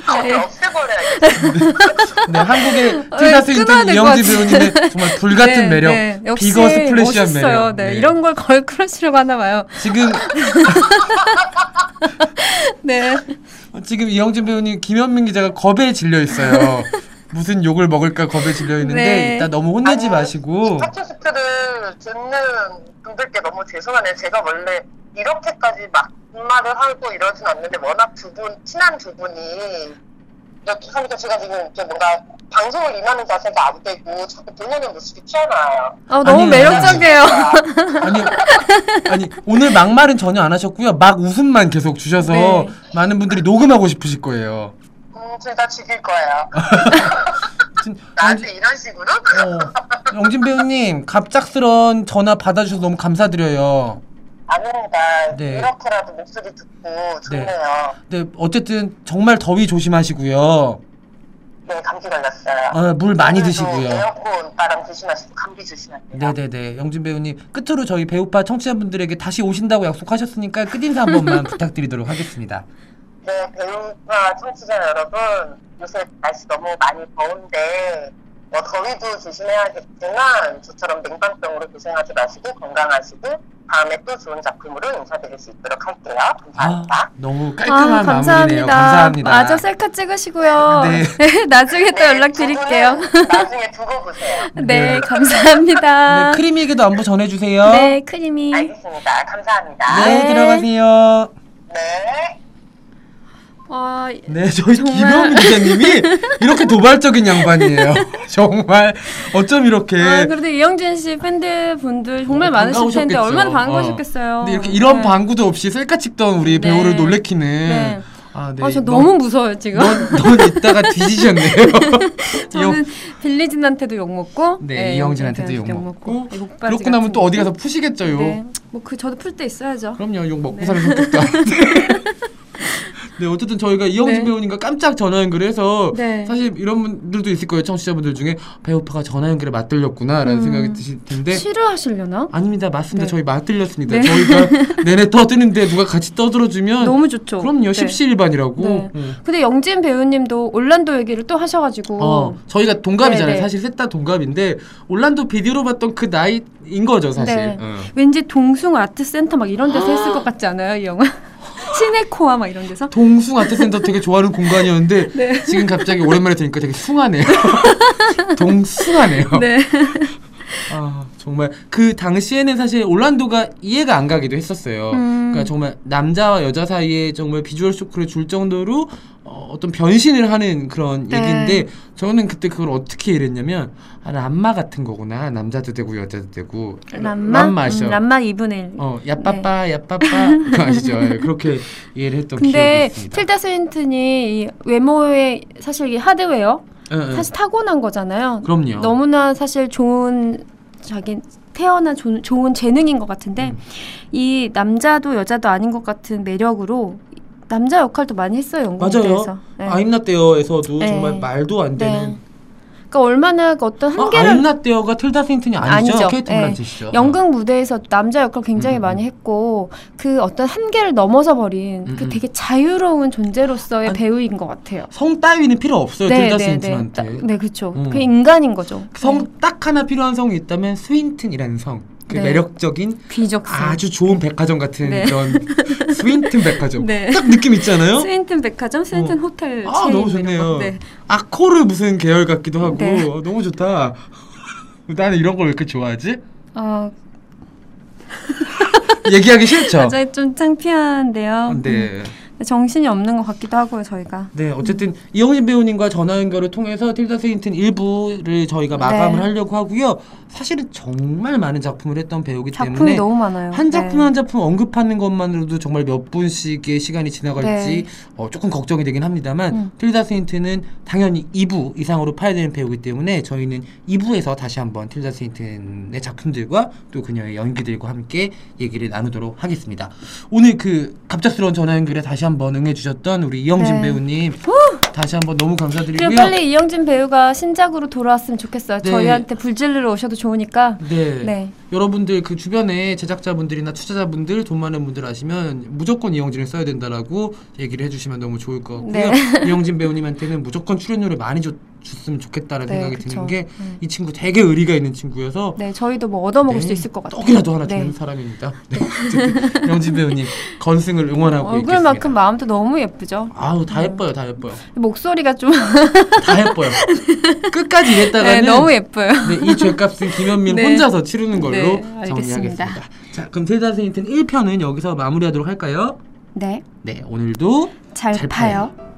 [SPEAKER 1] 그
[SPEAKER 3] 거기
[SPEAKER 2] 네.
[SPEAKER 3] 없애버려야겠다.
[SPEAKER 1] 네, 한국의 틸다
[SPEAKER 2] 끊어야
[SPEAKER 1] 스윈튼
[SPEAKER 2] 될것
[SPEAKER 1] 이영진
[SPEAKER 2] 같은데.
[SPEAKER 1] 배우님의 정말 불 같은
[SPEAKER 2] 네,
[SPEAKER 1] 매력,
[SPEAKER 2] 네. 역시
[SPEAKER 1] 비거스 플래시한
[SPEAKER 2] 멋있어요.
[SPEAKER 1] 매력.
[SPEAKER 2] 네, 이런 걸 걸크러쉬라고 하나 봐요.
[SPEAKER 1] 지금
[SPEAKER 2] 네.
[SPEAKER 1] 지금 이영진 배우님 김현민 기자가 겁에 질려 있어요. 무슨 욕을 먹을까 겁에 질려 있는데
[SPEAKER 2] 네.
[SPEAKER 1] 일단 너무 혼내지
[SPEAKER 3] 아니,
[SPEAKER 1] 마시고
[SPEAKER 3] 팟캐스트를 듣는 분들께 너무 죄송하네요. 제가 원래 이렇게까지 막말을 하고 이러진 않는데 워낙 두 분, 친한 두 분이 이렇게 하니까 제가 지금 이렇게 뭔가 방송을 임하는 자세가 안 되고 자꾸 본연의 모습이 튀어나와요. 그러니까,
[SPEAKER 2] 아 너무
[SPEAKER 1] 아니에요.
[SPEAKER 2] 매력적이에요.
[SPEAKER 1] 아니 아니 오늘 막말은 전혀 안 하셨고요. 막 웃음만 계속 주셔서
[SPEAKER 2] 네.
[SPEAKER 1] 많은 분들이 녹음하고 싶으실 거예요.
[SPEAKER 3] 음, 둘 다 죽일 거예요.
[SPEAKER 1] 진-
[SPEAKER 3] 나한테 이런 식으로?
[SPEAKER 1] 어, 영진 배우님 갑작스런 전화 받아주셔서 너무 감사드려요.
[SPEAKER 3] 아닙니다.
[SPEAKER 1] 네.
[SPEAKER 3] 이렇게라도 목소리 듣고 좋네요.
[SPEAKER 1] 근데 어쨌든 정말 더위 조심하시고요.
[SPEAKER 3] 네, 감기 걸렸어요.
[SPEAKER 1] 어, 물 많이
[SPEAKER 2] 네,
[SPEAKER 3] 오늘도
[SPEAKER 1] 드시고요.
[SPEAKER 3] 에어컨 바람 조심하시고 감기 조심하세요.
[SPEAKER 1] 네네네. 영진 배우님 끝으로 저희 배우파 청취자분들에게 다시 오신다고 약속하셨으니까 끝인사 한 번만 부탁드리도록 하겠습니다.
[SPEAKER 3] 네, 배우와 청취자 여러분, 요새 날씨 너무 많이 더운데, 뭐, 더위도 조심해야겠지만, 저처럼 냉방병으로 고생하지 마시고, 건강하시고, 다음에 또 좋은 작품으로 인사드릴 수 있도록 할게요.
[SPEAKER 1] 아
[SPEAKER 3] 감사합니다.
[SPEAKER 1] 너무
[SPEAKER 2] 아,
[SPEAKER 1] 깔끔한 마무리네요.
[SPEAKER 2] 감사합니다.
[SPEAKER 1] 감사합니다.
[SPEAKER 2] 맞아 셀카 찍으시고요.
[SPEAKER 1] 네.
[SPEAKER 2] 나중에 또
[SPEAKER 3] 네,
[SPEAKER 2] 연락 드릴게요.
[SPEAKER 3] 두 분은 나중에 두고 보세요.
[SPEAKER 1] 네.
[SPEAKER 2] 네, 감사합니다.
[SPEAKER 1] 네, 크림이에게도 안부 전해주세요.
[SPEAKER 2] 네, 크리미. 아,
[SPEAKER 3] 알겠습니다. 감사합니다.
[SPEAKER 1] 네, 들어가세요.
[SPEAKER 3] 네.
[SPEAKER 2] 어, 아,
[SPEAKER 1] 네, 저희
[SPEAKER 2] 정말.
[SPEAKER 1] 김영 기자님이 이렇게 도발적인 양반이에요. 정말 어쩜 이렇게.
[SPEAKER 2] 아, 그래도 이영진 씨 팬들 분들 정말
[SPEAKER 1] 어,
[SPEAKER 2] 많으실
[SPEAKER 1] 반가우셨겠죠.
[SPEAKER 2] 텐데 얼마나
[SPEAKER 1] 어.
[SPEAKER 2] 반가우셨겠어요.
[SPEAKER 1] 근데 이렇게 이런
[SPEAKER 2] 네.
[SPEAKER 1] 방구도 없이 셀카 찍던 우리
[SPEAKER 2] 네.
[SPEAKER 1] 배우를 놀래키는.
[SPEAKER 2] 네.
[SPEAKER 1] 아, 네.
[SPEAKER 2] 아, 저
[SPEAKER 1] 넌-
[SPEAKER 2] 너무 무서워요 지금.
[SPEAKER 1] 넌, 넌 이따가 뒤지셨네요.
[SPEAKER 2] 저는 빌리진한테도 욕 먹고,
[SPEAKER 1] 네, 이영진한테도 욕 먹고. 어? 그렇고 나면 또 어디 가서 푸시겠죠요.
[SPEAKER 2] 아, 네, 뭐그 저도 풀 때 있어야죠.
[SPEAKER 1] 그럼요, 욕 먹고
[SPEAKER 2] 네.
[SPEAKER 1] 사는 성격도 아닌데. 네, 어쨌든 저희가 이영진
[SPEAKER 2] 네.
[SPEAKER 1] 배우님과 깜짝 전화 연결해서
[SPEAKER 2] 네.
[SPEAKER 1] 사실 이런 분들도 있을 거예요. 청취자분들 중에 아, 배우파가 전화 연결에 맞들렸구나라는
[SPEAKER 2] 음.
[SPEAKER 1] 생각이 드실 텐데
[SPEAKER 2] 싫어하시려나?
[SPEAKER 1] 아닙니다. 맞습니다.
[SPEAKER 2] 네.
[SPEAKER 1] 저희 맞들렸습니다.
[SPEAKER 2] 네.
[SPEAKER 1] 저희가 내내 떠드는데 누가 같이 떠들어주면
[SPEAKER 2] 너무 좋죠.
[SPEAKER 1] 아, 그럼요.
[SPEAKER 2] 네.
[SPEAKER 1] 십시일반이라고.
[SPEAKER 2] 네.
[SPEAKER 1] 음.
[SPEAKER 2] 근데 영진 배우님도 올란도 얘기를 또 하셔가지고
[SPEAKER 1] 어, 저희가 동갑이잖아요.
[SPEAKER 2] 네, 네.
[SPEAKER 1] 사실 셋 다 동갑인데 올란도 비디오로 봤던 그 나이인 거죠, 사실.
[SPEAKER 2] 네.
[SPEAKER 1] 어.
[SPEAKER 2] 왠지 동숭 아트센터 막 이런 데서 했을 것 같지 않아요 이 영화? 시네코아 막 이런 데서?
[SPEAKER 1] 동숭 아트센터 되게 좋아하는 공간이었는데
[SPEAKER 2] 네.
[SPEAKER 1] 지금 갑자기 오랜만에 들으니까 되게 숭하네요. 동숭하네요.
[SPEAKER 2] 네.
[SPEAKER 1] 아 정말 그 당시에는 사실 올란도가 이해가 안 가기도 했었어요.
[SPEAKER 2] 음.
[SPEAKER 1] 그러니까 정말 남자와 여자 사이에 정말 비주얼 쇼크를 줄 정도로 어, 어떤 변신을 하는 그런
[SPEAKER 2] 네.
[SPEAKER 1] 얘기인데 저는 그때 그걸 어떻게 이랬냐면 아, 람마 같은 거구나 남자도 되고 여자도 되고
[SPEAKER 2] 람마?
[SPEAKER 1] 람마죠.
[SPEAKER 2] 음, 람마 2분의 1.
[SPEAKER 1] 어 야빠빠 야빠빠 그거 아시죠? 예, 그렇게 이해를 했던 기억이
[SPEAKER 2] 근데
[SPEAKER 1] 있습니다.
[SPEAKER 2] 틸다 스윈튼이 이 외모에 사실 이 하드웨어
[SPEAKER 1] 예, 예.
[SPEAKER 2] 사실 타고난 거잖아요.
[SPEAKER 1] 그럼요.
[SPEAKER 2] 너무나 사실 좋은 자기 태어난 조, 좋은 재능인 것 같은데
[SPEAKER 1] 음.
[SPEAKER 2] 이 남자도 여자도 아닌 것 같은 매력으로 남자 역할도 많이 했어요
[SPEAKER 1] 맞아요.
[SPEAKER 2] 연극에서. 네.
[SPEAKER 1] 아임나떼어에서도
[SPEAKER 2] 네.
[SPEAKER 1] 정말 말도 안 되는
[SPEAKER 2] 네. 그러니까 얼마나 그 어떤
[SPEAKER 1] 어,
[SPEAKER 2] 한계를
[SPEAKER 1] 아임나떼어가 틸다 스윈튼이 아니죠?
[SPEAKER 2] 아니죠.
[SPEAKER 1] 케이트
[SPEAKER 2] 네.
[SPEAKER 1] 블란쳇이죠.
[SPEAKER 2] 연극 무대에서 남자 역할 굉장히
[SPEAKER 1] 음, 음.
[SPEAKER 2] 많이 했고 그 어떤 한계를 넘어서 버린
[SPEAKER 1] 음,
[SPEAKER 2] 그
[SPEAKER 1] 음.
[SPEAKER 2] 되게 자유로운 존재로서의
[SPEAKER 1] 아니, 그
[SPEAKER 2] 배우인 것 같아요.
[SPEAKER 1] 성 따위는 필요 없어요. 틸다 스윈튼한테.
[SPEAKER 2] 네, 네, 그렇죠.
[SPEAKER 1] 음.
[SPEAKER 2] 그 인간인 거죠. 네.
[SPEAKER 1] 성 딱 하나 필요한 성이 있다면 스윈튼이라는 성. 그
[SPEAKER 2] 네.
[SPEAKER 1] 매력적인
[SPEAKER 2] 귀족성.
[SPEAKER 1] 아주 좋은 백화점 같은
[SPEAKER 2] 네.
[SPEAKER 1] 그런 스윈튼 백화점.
[SPEAKER 2] 네.
[SPEAKER 1] 딱 느낌 있잖아요.
[SPEAKER 2] 스윈튼 백화점, 스윈튼 호텔.
[SPEAKER 1] 아,
[SPEAKER 2] 체인
[SPEAKER 1] 너무
[SPEAKER 2] 뭐 이런
[SPEAKER 1] 좋네요.
[SPEAKER 2] 거. 네.
[SPEAKER 1] 아코르 무슨 계열 같기도 하고
[SPEAKER 2] 네.
[SPEAKER 1] 어, 너무 좋다. 나는 이런 걸 왜 이렇게 좋아하지?
[SPEAKER 2] 아,
[SPEAKER 1] 얘기하기 싫죠.
[SPEAKER 2] 굉장히 아, 좀 창피한데요.
[SPEAKER 1] 네.
[SPEAKER 2] 음, 정신이 없는 것 같기도 하고요, 저희가.
[SPEAKER 1] 네, 어쨌든
[SPEAKER 2] 음.
[SPEAKER 1] 이영진 배우님과 전화 연결을 통해서 틸다 스윈튼 1부를 저희가 마감을
[SPEAKER 2] 네.
[SPEAKER 1] 하려고 하고요. 사실은 정말 많은 작품을 했던 배우기
[SPEAKER 2] 작품이
[SPEAKER 1] 때문에
[SPEAKER 2] 너무 많아요.
[SPEAKER 1] 한 작품
[SPEAKER 2] 네.
[SPEAKER 1] 한 작품 언급하는 것만으로도 정말 몇 분씩의 시간이 지나갈지
[SPEAKER 2] 네.
[SPEAKER 1] 어, 조금 걱정이 되긴 합니다만
[SPEAKER 2] 음.
[SPEAKER 1] 틸다 스윈튼은 당연히 2부 이상으로 파야 되는 배우이기 때문에 저희는 2부에서 다시 한번 틸다 스윈튼의 작품들과 또 그녀의 연기들과 함께 얘기를 나누도록 하겠습니다. 오늘 그 갑작스러운 전화 연결에 다시 한번 응해주셨던 우리 이영진
[SPEAKER 2] 네.
[SPEAKER 1] 배우님 다시 한번 너무 감사드리고요.
[SPEAKER 2] 그리고 빨리 이영진 배우가 신작으로 돌아왔으면 좋겠어요.
[SPEAKER 1] 네.
[SPEAKER 2] 저희한테 불질러 오셔도 좋으니까.
[SPEAKER 1] 네.
[SPEAKER 2] 네.
[SPEAKER 1] 여러분들 그 주변에 제작자분들이나 투자자분들 돈 많은 분들 아시면 무조건 이영진을 써야 된다라고 얘기를 해주시면 너무 좋을 것 같고요.
[SPEAKER 2] 네.
[SPEAKER 1] 이영진 배우님한테는 무조건 출연료를 많이 줬, 줬으면 좋겠다라는
[SPEAKER 2] 네,
[SPEAKER 1] 생각이
[SPEAKER 2] 그쵸.
[SPEAKER 1] 드는 게 이
[SPEAKER 2] 음.
[SPEAKER 1] 친구 되게 의리가 있는 친구여서
[SPEAKER 2] 네, 저희도 뭐 얻어먹을 수 있을 것 같아요.
[SPEAKER 1] 떡이라도 하나
[SPEAKER 2] 네.
[SPEAKER 1] 주는 사람입니다. 네. 어쨌든 영진 배우님 건승을 응원하고
[SPEAKER 2] 얼굴만큼 네.
[SPEAKER 1] 있겠습니다.
[SPEAKER 2] 마음도 너무 예쁘죠.
[SPEAKER 1] 아우 다 예뻐요, 다 예뻐요,
[SPEAKER 2] 목소리가 좀
[SPEAKER 1] 다 예뻐요. 끝까지
[SPEAKER 2] 네,
[SPEAKER 1] 이랬다가는
[SPEAKER 2] 너무 예뻐요.
[SPEAKER 1] 네, 이 죄값은 김현민
[SPEAKER 2] 네.
[SPEAKER 1] 혼자서 치르는 걸로
[SPEAKER 2] 네,
[SPEAKER 1] 정리하겠습니다.
[SPEAKER 2] 알겠습니다.
[SPEAKER 1] 자, 그럼 틸다 스윈튼 1편은 여기서 마무리하도록 할까요?
[SPEAKER 2] 네,
[SPEAKER 1] 네, 오늘도
[SPEAKER 2] 잘,
[SPEAKER 1] 잘
[SPEAKER 2] 파요.
[SPEAKER 1] 파요.